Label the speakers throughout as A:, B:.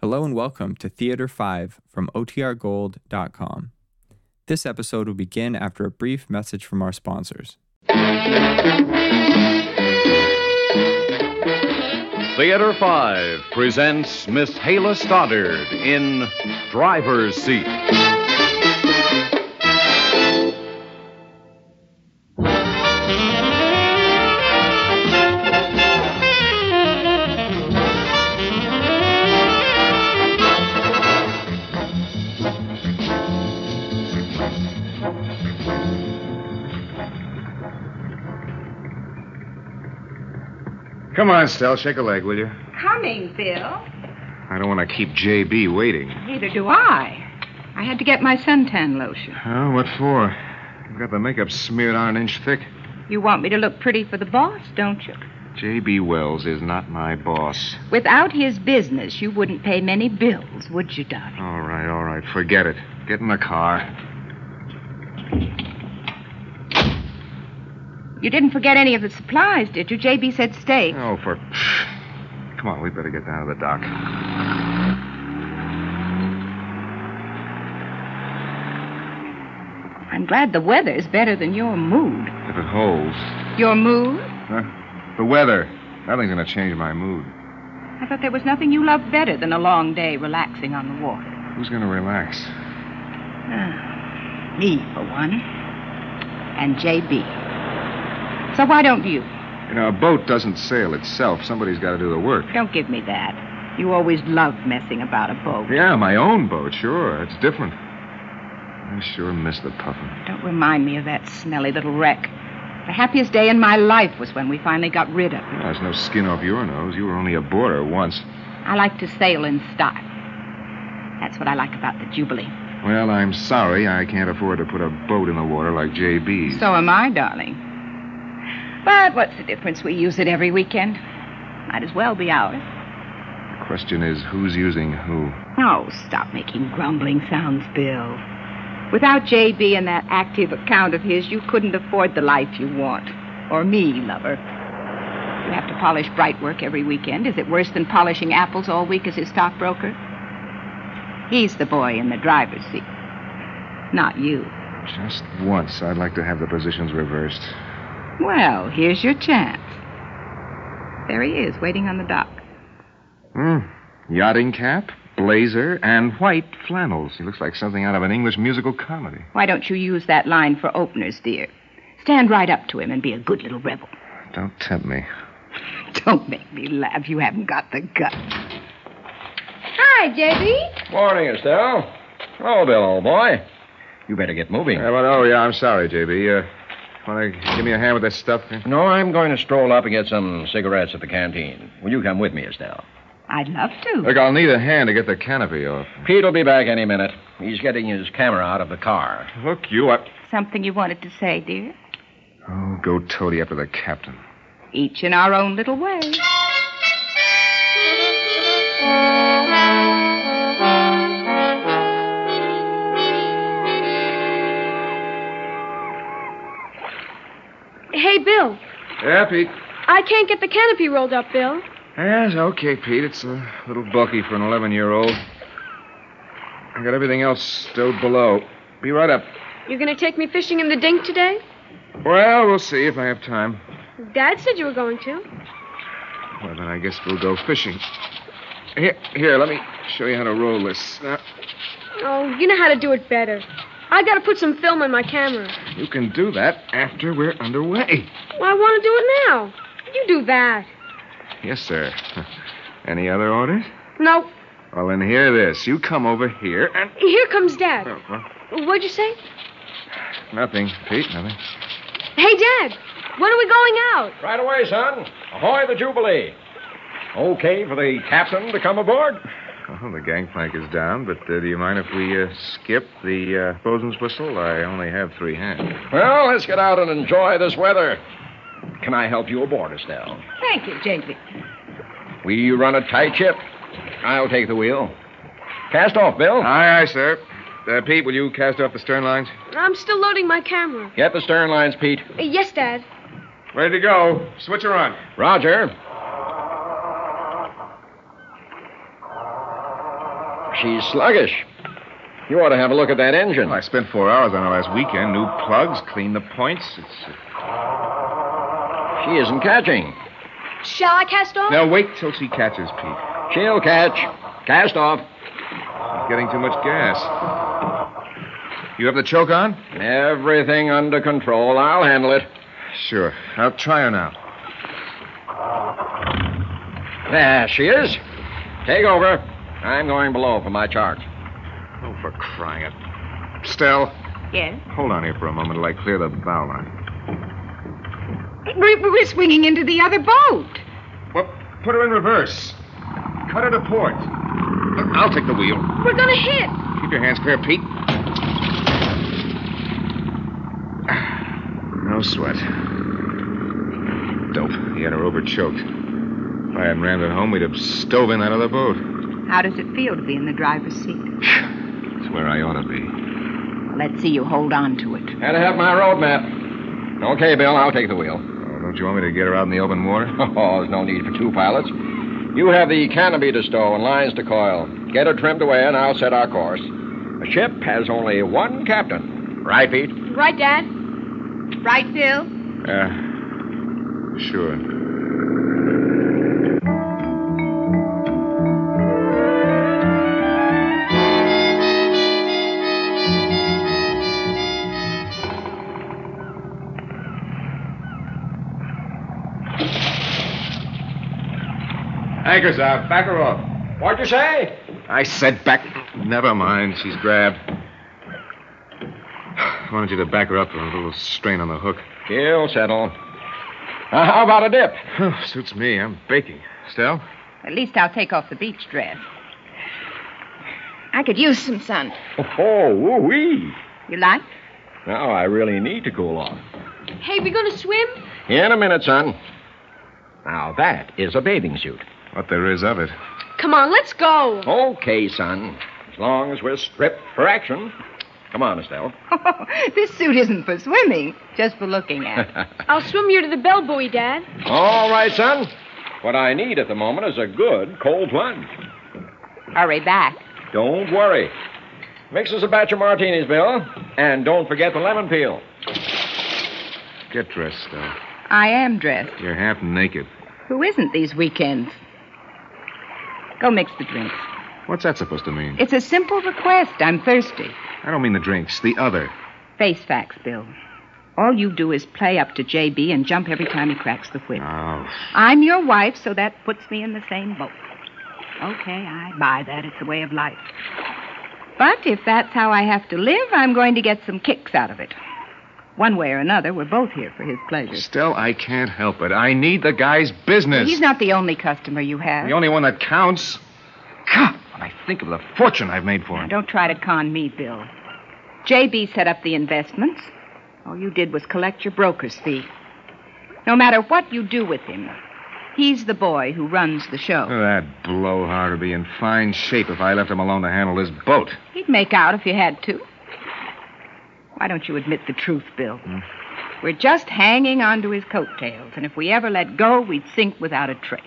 A: Hello and welcome to Theater 5 from OTRGold.com. This episode will begin after a brief message from our sponsors.
B: Theater 5 presents Miss Hala Stoddard in Driver's Seat. Come on, Stell, shake a leg, will you?
C: Coming, Bill.
B: I don't want to keep J.B. waiting.
C: Neither do I. I had to get my suntan lotion.
B: Oh, what for? I've got the makeup smeared on an inch thick.
C: You want me to look pretty for the boss, don't you?
B: J.B. Wells is not my boss.
C: Without his business, you wouldn't pay many bills, would you, darling?
B: All right, all right, forget it. Get in the car.
C: You didn't forget any of the supplies, did you? JB said stay.
B: Oh, for. Come on, we better get down to the dock.
C: I'm glad the weather's better than your mood.
B: If it holds.
C: Your mood?
B: Huh? The weather. Nothing's going to change my mood.
C: I thought there was nothing you loved better than a long day relaxing on the water.
B: Who's going to relax?
C: Ah, me, for one. And JB. So why don't you?
B: You know, a boat doesn't sail itself. Somebody's got to do the work.
C: Don't give me that. You always loved messing about a boat.
B: Yeah, my own boat, sure. It's different. I sure miss the puffin.
C: Don't remind me of that smelly little wreck. The happiest day in my life was when we finally got rid of it.
B: Yeah, there's no skin off your nose. You were only a boarder once.
C: I like to sail in style. That's what I like about the Jubilee.
B: Well, I'm sorry I can't afford to put a boat in the water like J.B.'s.
C: So am I, darling. But what's the difference? We use it every weekend. Might as well be ours.
B: The question is, who's using who?
C: Oh, stop making grumbling sounds, Bill. Without J.B. and that active account of his, you couldn't afford the life you want. Or me, lover. You have to polish bright work every weekend. Is it worse than polishing apples all week as his stockbroker? He's the boy in the driver's seat, not you.
B: Just once, I'd like to have the positions reversed.
C: Well, here's your chance. There he is, waiting on the dock.
B: Hmm. Yachting cap, blazer, and white flannels. He looks like something out of an English musical comedy.
C: Why don't you use that line for openers, dear? Stand right up to him and be a good little rebel.
B: Don't tempt me.
C: Don't make me laugh. You haven't got the guts. Hi, JB.
D: Morning, Estelle. Hello, Bill, old boy. You better get moving.
B: Yeah, but, oh, yeah, I'm sorry, J.B. Uh, Want to give me a hand with this stuff?
D: no, I'm going to stroll up and get some cigarettes at the canteen. Will you come with me, Estelle?
C: I'd love to.
B: Look, I'll need a hand to get the canopy off.
D: Pete'll be back any minute. He's getting his camera out of the car.
B: Look, you up.
C: Something you wanted to say, dear?
B: Oh, go toady after the captain.
C: Each in our own little way.
E: Hey, Bill.
B: Yeah, Pete.
E: I can't get the canopy rolled up, Bill.
B: Yes, okay, Pete. It's a little bulky for an 11 year old. I got everything else stowed below. Be right up.
E: You gonna take me fishing in the dink today?
B: Well, we'll see if I have time.
E: Dad said you were going to.
B: Well, then I guess we'll go fishing. Here, here, let me show you how to roll this. Now,
E: Oh, you know how to do it better. I gotta put some film on my camera.
B: you can do that after we're underway.
E: Well, I wanna do it now. You do that.
B: Yes, sir. Any other orders?
E: No.
B: Well, then hear this. You come over here and.
E: Here comes Dad.
B: Oh, well,
E: What'd you say?
B: nothing, Pete, nothing.
E: Hey, Dad. When are we going out?
D: Right away, son. Ahoy the Jubilee. Okay for the captain to come aboard?
B: Well, the gangplank is down, but uh, do you mind if we uh, skip the uh, bosun's whistle? I only have three hands.
D: Well, let's get out and enjoy this weather. Can I help you aboard, Estelle?
C: Thank you, JB.
D: We run a tight ship. I'll take the wheel. Cast off, Bill.
B: Aye, aye, sir. Uh, Pete, will you cast off the stern lines?
E: I'm still loading my camera.
D: Get the stern lines, Pete.
E: Uh, yes, Dad.
B: Ready to go. Switch her on.
D: Roger. She's sluggish. You ought to have a look at that engine.
B: Well, I spent four hours on it last weekend. New plugs, cleaned the points. It's. Uh...
D: She isn't catching.
E: Shall I cast off?
B: Now wait till she catches, Pete.
D: She'll catch. Cast off.
B: She's getting too much gas. You have the choke on?
D: Everything under control. I'll handle it.
B: Sure. I'll try her now.
D: There she is. Take over. I'm going below for my chart.
B: Oh, for crying out. Stell,
C: Yes?
B: hold on here for a moment till I clear the bow line.
C: We're, we're swinging into the other boat.
B: Well, put her in reverse. Cut her to port. Look, I'll take the wheel.
E: We're gonna hit.
B: Keep your hands clear, Pete. No sweat. Dope. He had her overchoked. If I hadn't rammed it home, we'd have stove in that other boat.
C: How does it feel to be in the driver's seat?
B: It's where I ought to be.
C: Let's see you hold on to it.
D: Had to have my road map. Okay, Bill, I'll take the wheel.
B: Oh, don't you want me to get her out in the open water?
D: Oh, there's no need for two pilots. You have the canopy to stow and lines to coil. Get her trimmed away, and I'll set our course. A ship has only one captain. Right, Pete?
E: Right, Dad?
C: Right, Bill?
B: Uh, sure. Anchors out. Back her off.
D: What'd you say?
B: I said back. Never mind. She's grabbed. I wanted you to back her up for a little strain on the hook.
D: She'll settle. Now, how about a dip?
B: Oh, Suits me. I'm baking. Stell?
C: At least I'll take off the beach dress. I could use some sun.
D: Oh, woo-wee.
C: You like?
D: Now I really need to cool off.
E: Hey, we gonna swim?
D: In a minute, son. Now that is a bathing suit.
B: What there is of it.
E: Come on, let's go.
D: Okay, son. As long as we're stripped for action. Come on, Estelle.
C: this suit isn't for swimming, just for looking at. it.
E: I'll swim you to the bell buoy, Dad.
D: All right, son. What I need at the moment is a good cold plunge.
C: Hurry back.
D: Don't worry. Mix us a batch of martinis, Bill. And don't forget the lemon peel.
B: Get dressed, Stell.
C: I am dressed.
B: You're half naked.
C: Who isn't these weekends? Go mix the drinks.
B: What's that supposed to mean?
C: It's a simple request. I'm thirsty.
B: I don't mean the drinks, the other.
C: Face facts, Bill. All you do is play up to JB and jump every time he cracks the whip.
B: Oh,
C: I'm your wife, so that puts me in the same boat. Okay, I buy that. It's a way of life. But if that's how I have to live, I'm going to get some kicks out of it. One way or another, we're both here for his pleasure.
B: Stell, I can't help it. I need the guy's business.
C: He's not the only customer you have.
B: the only one that counts. God, when I think of the fortune I've made for
C: Now,
B: him.
C: don't try to con me, Bill. JB set up the investments. All you did was collect your broker's fee. No matter what you do with him, he's the boy who runs the show.
D: Uh.
B: Oh, that blowhard would be in fine shape if I left him alone to handle this boat.
C: He'd make out if you had to. Why don't you admit the truth, Bill? We're just hanging on to his coattails, and if we ever let go, we'd sink without a trace.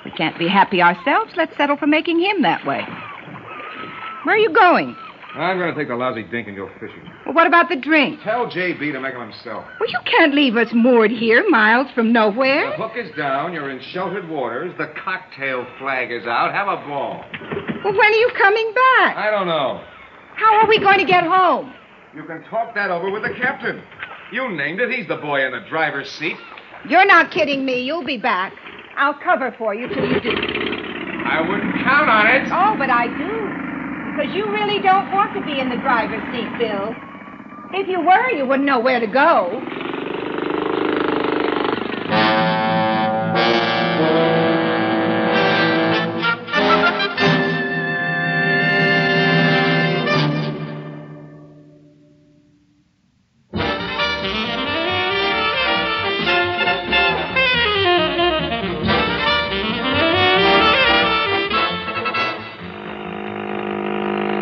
C: If we can't be happy ourselves, let's settle for making him that way. Where are you going?
B: I'm going to take the lousy dink and go fishing.
C: Well, what about the drink?
B: Tell JB to make him himself.
C: Well, you can't leave us moored here, miles from nowhere.
B: hook is down. You're in sheltered waters. The cocktail flag is out. Have a ball.
C: Well, when are you coming back?
B: I don't know.
C: How are we going to get home?
B: You can talk that over with the captain. You named it. He's the boy in the driver's seat.
C: You're not kidding me. You'll be back. I'll cover for you till you do.
B: I wouldn't count on it.
C: Oh, but I do. Because you really don't want to be in the driver's seat, Bill. If you were, you wouldn't know where to go.
B: Oh, for crying out loud.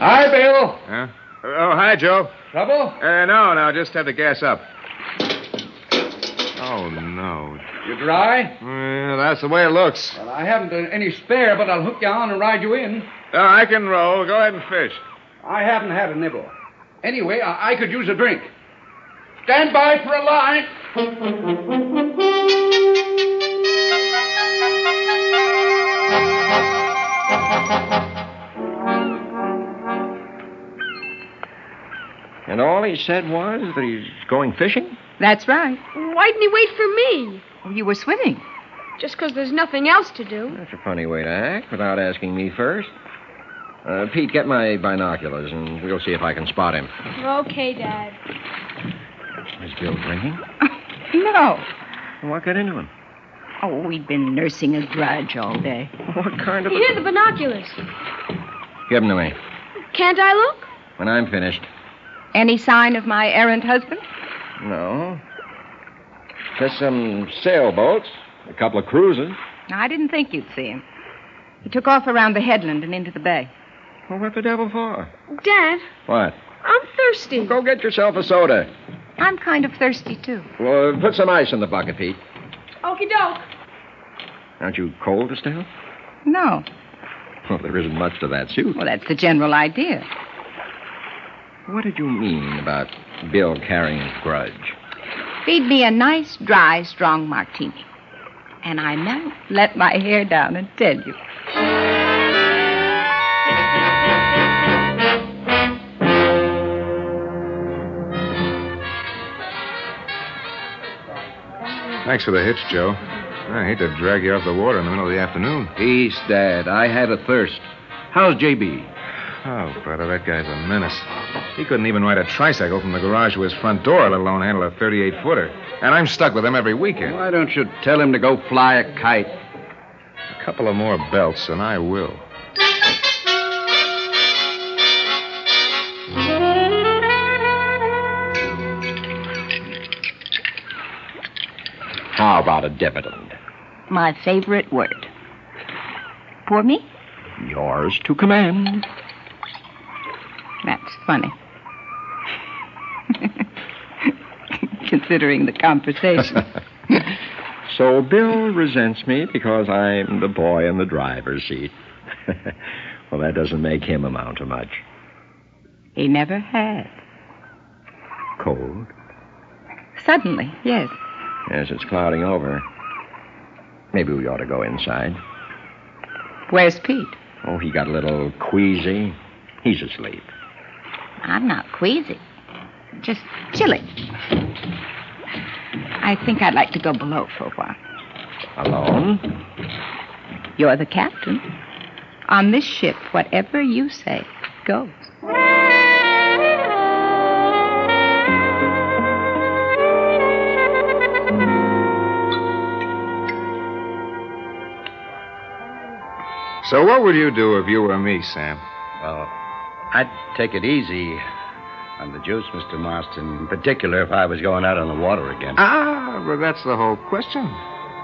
D: Hi, Bill.
B: Oh, Huh? Oh, hi, Joe.
D: Trouble?
B: Uh, no, no, just have the gas up. Oh, no.
D: You dry?
B: Uh, that's the way it looks.
D: Well, I haven't any spare, but I'll hook you on and ride you in.
B: Uh, I can roll. Go ahead and fish.
D: I haven't had a nibble. Anyway, I, I could use a drink. Stand by for a line. And all he said was that he's going fishing?
C: That's right.
E: Why didn't he wait for me?
C: Oh, you were swimming.
E: Just 'cause there's nothing else to do.
D: That's a funny way to act without asking me first. Uh, Pete, get my binoculars and we'll see if I can spot him.
E: Okay, Dad.
D: Is Bill drinking?
C: No.
D: What got into him?
C: Oh, we'd been nursing a grudge all day.
D: What kind of a...
E: Here, the binoculars.
D: Give them to me.
E: Can't I look?
D: When I'm finished.
C: Any sign of my errant husband?
D: No. Just some sailboats, a couple of cruises.
C: I didn't think you'd see him. He took off around the headland and into the bay.
D: Well, what the devil for?
E: Dad,
D: What?
E: I'm thirsty.
D: Go get yourself a soda.
C: I'm kind of thirsty, too.
D: Well, put some ice in the bucket, Pete.
E: Okey doke.
D: Aren't you cold, Estelle?
C: No.
D: Well, there isn't much to that suit.
C: Well, that's the general idea.
D: What did you mean about Bill carrying his grudge?
C: Feed me a nice, dry, strong martini. And I now let my hair down and tell you.
B: Thanks for the hitch, Joe. I hate to drag you off the water in the middle of the afternoon.
D: Peace, Dad. I had a thirst. How's J.B.?
B: Oh, brother, that guy's a menace. He couldn't even ride a tricycle from the garage to his front door, let alone handle a 38 footer. And I'm stuck with him every weekend.
D: Why don't you tell him to go fly a kite?
B: A couple of more belts, and I will.
D: How about a dividend?
C: My favorite word. For me?
D: Yours to command.
C: That's funny. Considering the conversation.
D: So Bill resents me because I'm the boy in the driver's seat. well, that doesn't make him amount to much.
C: he never has.
D: Cold?
C: Suddenly, yes.
D: Yes, it's clouding over. Maybe we ought to go inside.
C: Where's Pete?
D: Oh, he got a little queasy. He's asleep.
C: I'm not queasy. Just chilly. I think I'd like to go below for a while.
D: Alone?
C: You're the captain. On this ship, whatever you say goes.
B: So, what would you do if you were me, Sam?
F: Well, I'd take it easy on the juice, Mr. Marston, in particular if I was going out on the water again.
B: Ah, but that's the whole question.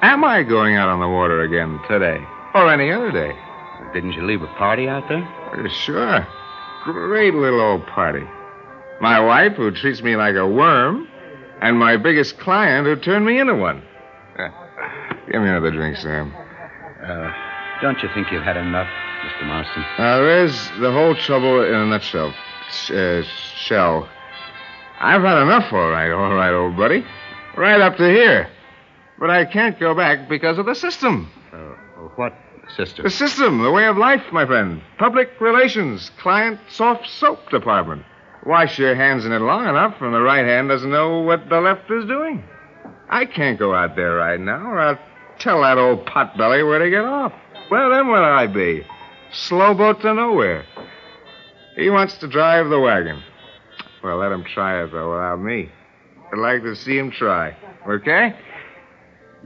B: Am I going out on the water again today? Or any other day?
F: Didn't you leave a party out there?
B: Uh, Sure. Great little old party. My wife, who treats me like a worm, and my biggest client, who turned me into one. Uh, Give me another drink, Sam.
F: Uh, don't you think you've had enough, Mr. Marston?
B: Now, there's the whole trouble in a nutshell. Sh- uh, shell. I've had enough, all right, all right, old buddy. Right up to here. But I can't go back because of the system.
F: Uh, what, sister?
B: The system, the way of life, my friend. Public relations, client soft soap department. Wash your hands in it long enough, and the right hand doesn't know what the left is doing. I can't go out there right now, or I'll tell that old potbelly where to get off. Well, then what'll I be? Slowboat to nowhere. He wants to drive the wagon. Well, let him try it, though, without me. I'd like to see him try. Okay?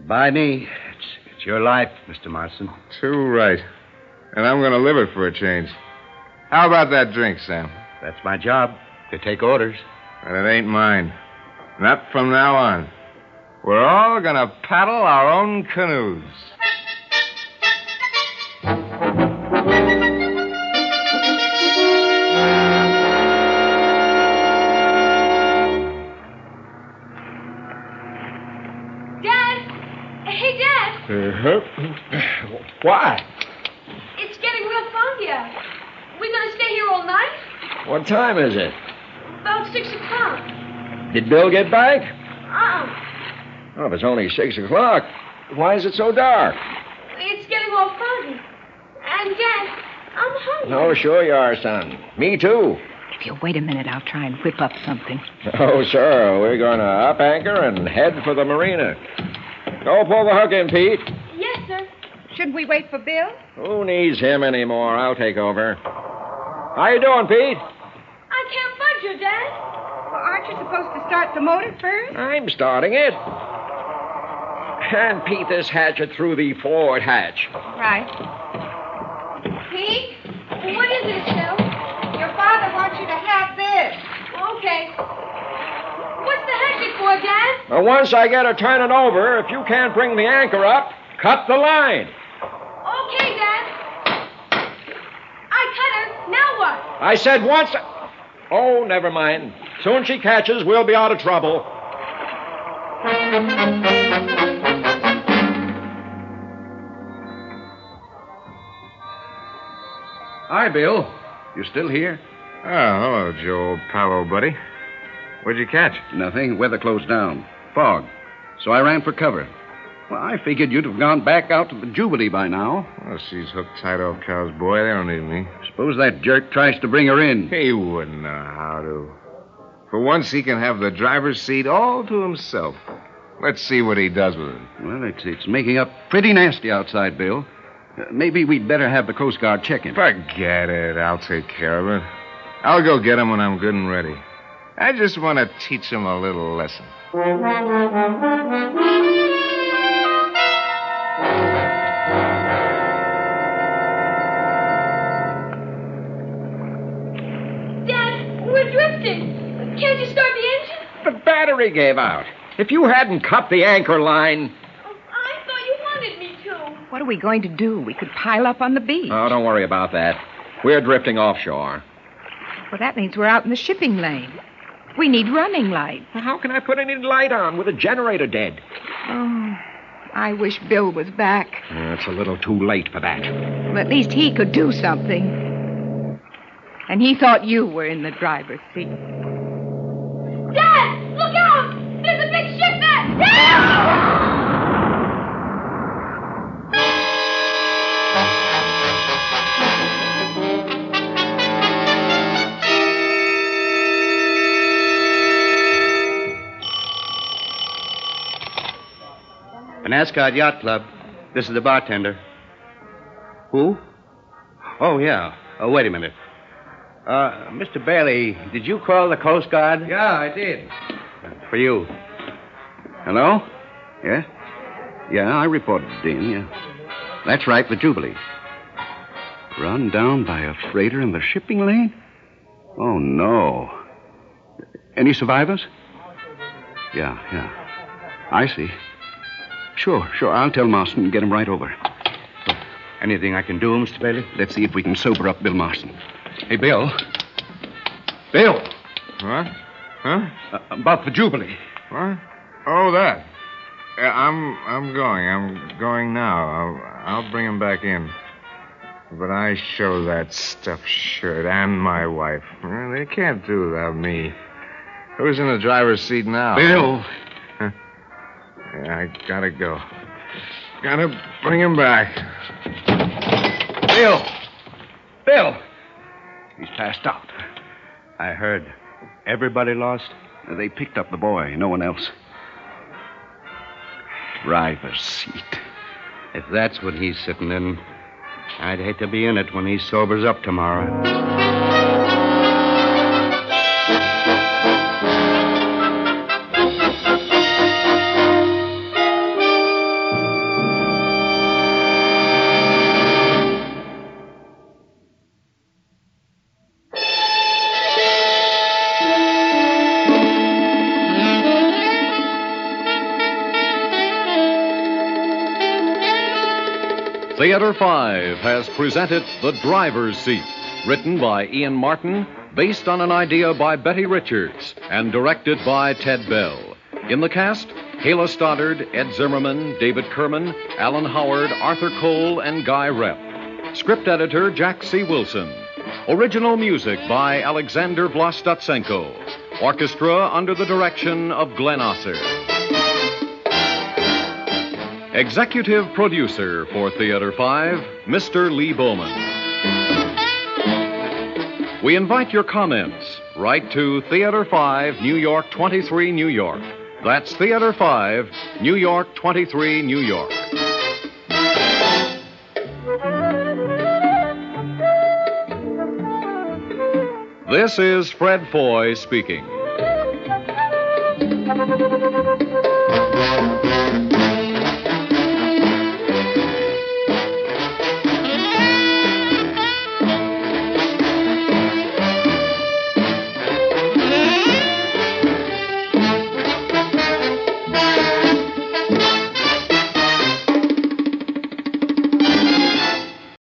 F: By me. It's, it's your life, Mr. Marston.
B: Too right. And I'm going to live it for a change. How about that drink, Sam?
F: That's my job, to take orders.
B: And it ain't mine. Not from now on. We're all going to paddle our own canoes.
D: Uh-huh.
B: Huh? Why?
E: It's getting real foggy out. We gonna stay here all night?
D: What time is it?
E: About six o'clock.
D: Did Bill get back?
E: Uh-uh.
D: Oh, if it's only six o'clock, why is it so dark?
E: It's getting all foggy. And, Dad, I'm hungry.
D: No, Oh, sure you are, son. Me too.
C: If you'll wait a minute, I'll try and whip up something.
D: Oh, sir, we're going to up anchor and head for the marina. Go pull the hook in, Pete.
E: Yes, sir.
C: Should we wait for Bill?
D: Who needs him anymore? I'll take over. How you doing, Pete?
E: I can't budge you, Dad.
C: Well, aren't you supposed to start the motor first?
D: I'm starting it. And Pete, this hatchet through the forward hatch.
C: Right.
E: Pete, what is this, Phil?
C: Your father wants you to have this.
E: Okay. What's the hatchet for, Dad?
D: Now, once I get her turning over, if you can't bring the anchor up, cut the line.
E: Okay, Dad. I cut her. Now what?
D: I said once. I- Oh, never mind. Soon she catches, we'll be out of trouble.
F: Hi, Bill. You still here?
B: Oh, hello, Joe Palo, buddy. What'd you catch?
F: Nothing. Weather closed down. Fog. So I ran for cover. Well, I figured you'd have gone back out to the Jubilee by now.
B: Well, she's hooked tight off cows, boy. They don't need me.
F: Suppose that jerk tries to bring her in.
B: He wouldn't know how to. For once, he can have the driver's seat all to himself. Let's see what he does with it.
F: Well, it's, it's making up pretty nasty outside, Bill. Uh, maybe we'd better have the Coast Guard check him.
B: Forget it. I'll take care of it. I'll go get him when I'm good and ready. I just want to teach him a little lesson.
E: Dad, we're drifting. Can't you start the engine?
D: The battery gave out. If you hadn't cut the anchor line.
E: Oh, I thought you wanted me to.
C: What are we going to do? We could pile up on the beach.
D: Oh, don't worry about that. We're drifting offshore.
C: Well, that means we're out in the shipping lane. We need running lights.
D: How can I put any light on with a generator dead?
C: Oh, I wish Bill was back.
F: Uh,
D: It's a little too late for that.
C: Well, at least he could do something. And he thought you were in the driver's seat.
E: Dad, look out! There's a big ship there!
F: Penascot Yacht Club. This is the bartender. Who? Oh, yeah. Oh, wait a minute. Uh, Mr. Bailey, did you call the Coast Guard? Yeah, I did. For you. Hello? Yeah? Yeah, I reported it in, yeah. That's right, the Jubilee. Run down by a freighter in the shipping lane? Oh, no. Any survivors? Yeah, yeah. I see. Sure, sure. I'll tell Marston and get him right over. Anything I can do, Mr. Bailey? Let's see if we can sober up Bill Marston. Hey, Bill. Bill!
B: Huh? Huh?
F: Uh, about the Jubilee.
B: What? Oh, that. Yeah, I'm I'm going. I'm going now. I'll, I'll bring him back in. But I show that stuffed shirt and my wife. Well, They can't do without me. Who's in the driver's seat now?
F: Bill!
B: Yeah, I gotta go. Gotta bring him back. Bill!
F: Bill! He's passed out. I heard. Everybody lost? They picked up the boy, no one else. Driver's seat. If that's what he's sitting in, I'd hate to be in it when he sobers up tomorrow.
G: Theater 5 has presented The Driver's Seat, written by Ian Martin, based on an idea by Betty Richards, and directed by Ted Bell. In the cast,
B: Kayla Stoddard, Ed Zimmerman, David Kerman, Alan Howard, Arthur Cole, and Guy Rep. Script editor Jack C. Wilson. Original music by Alexander Vlastotsenko. Orchestra under the direction of Glenn Osser. Executive producer for Theater 5, Mr. Lee Bowman. We invite your comments. Write to Theater 5, New York 23, New York. That's Theater 5, New York 23, New York. This is Fred Foy speaking.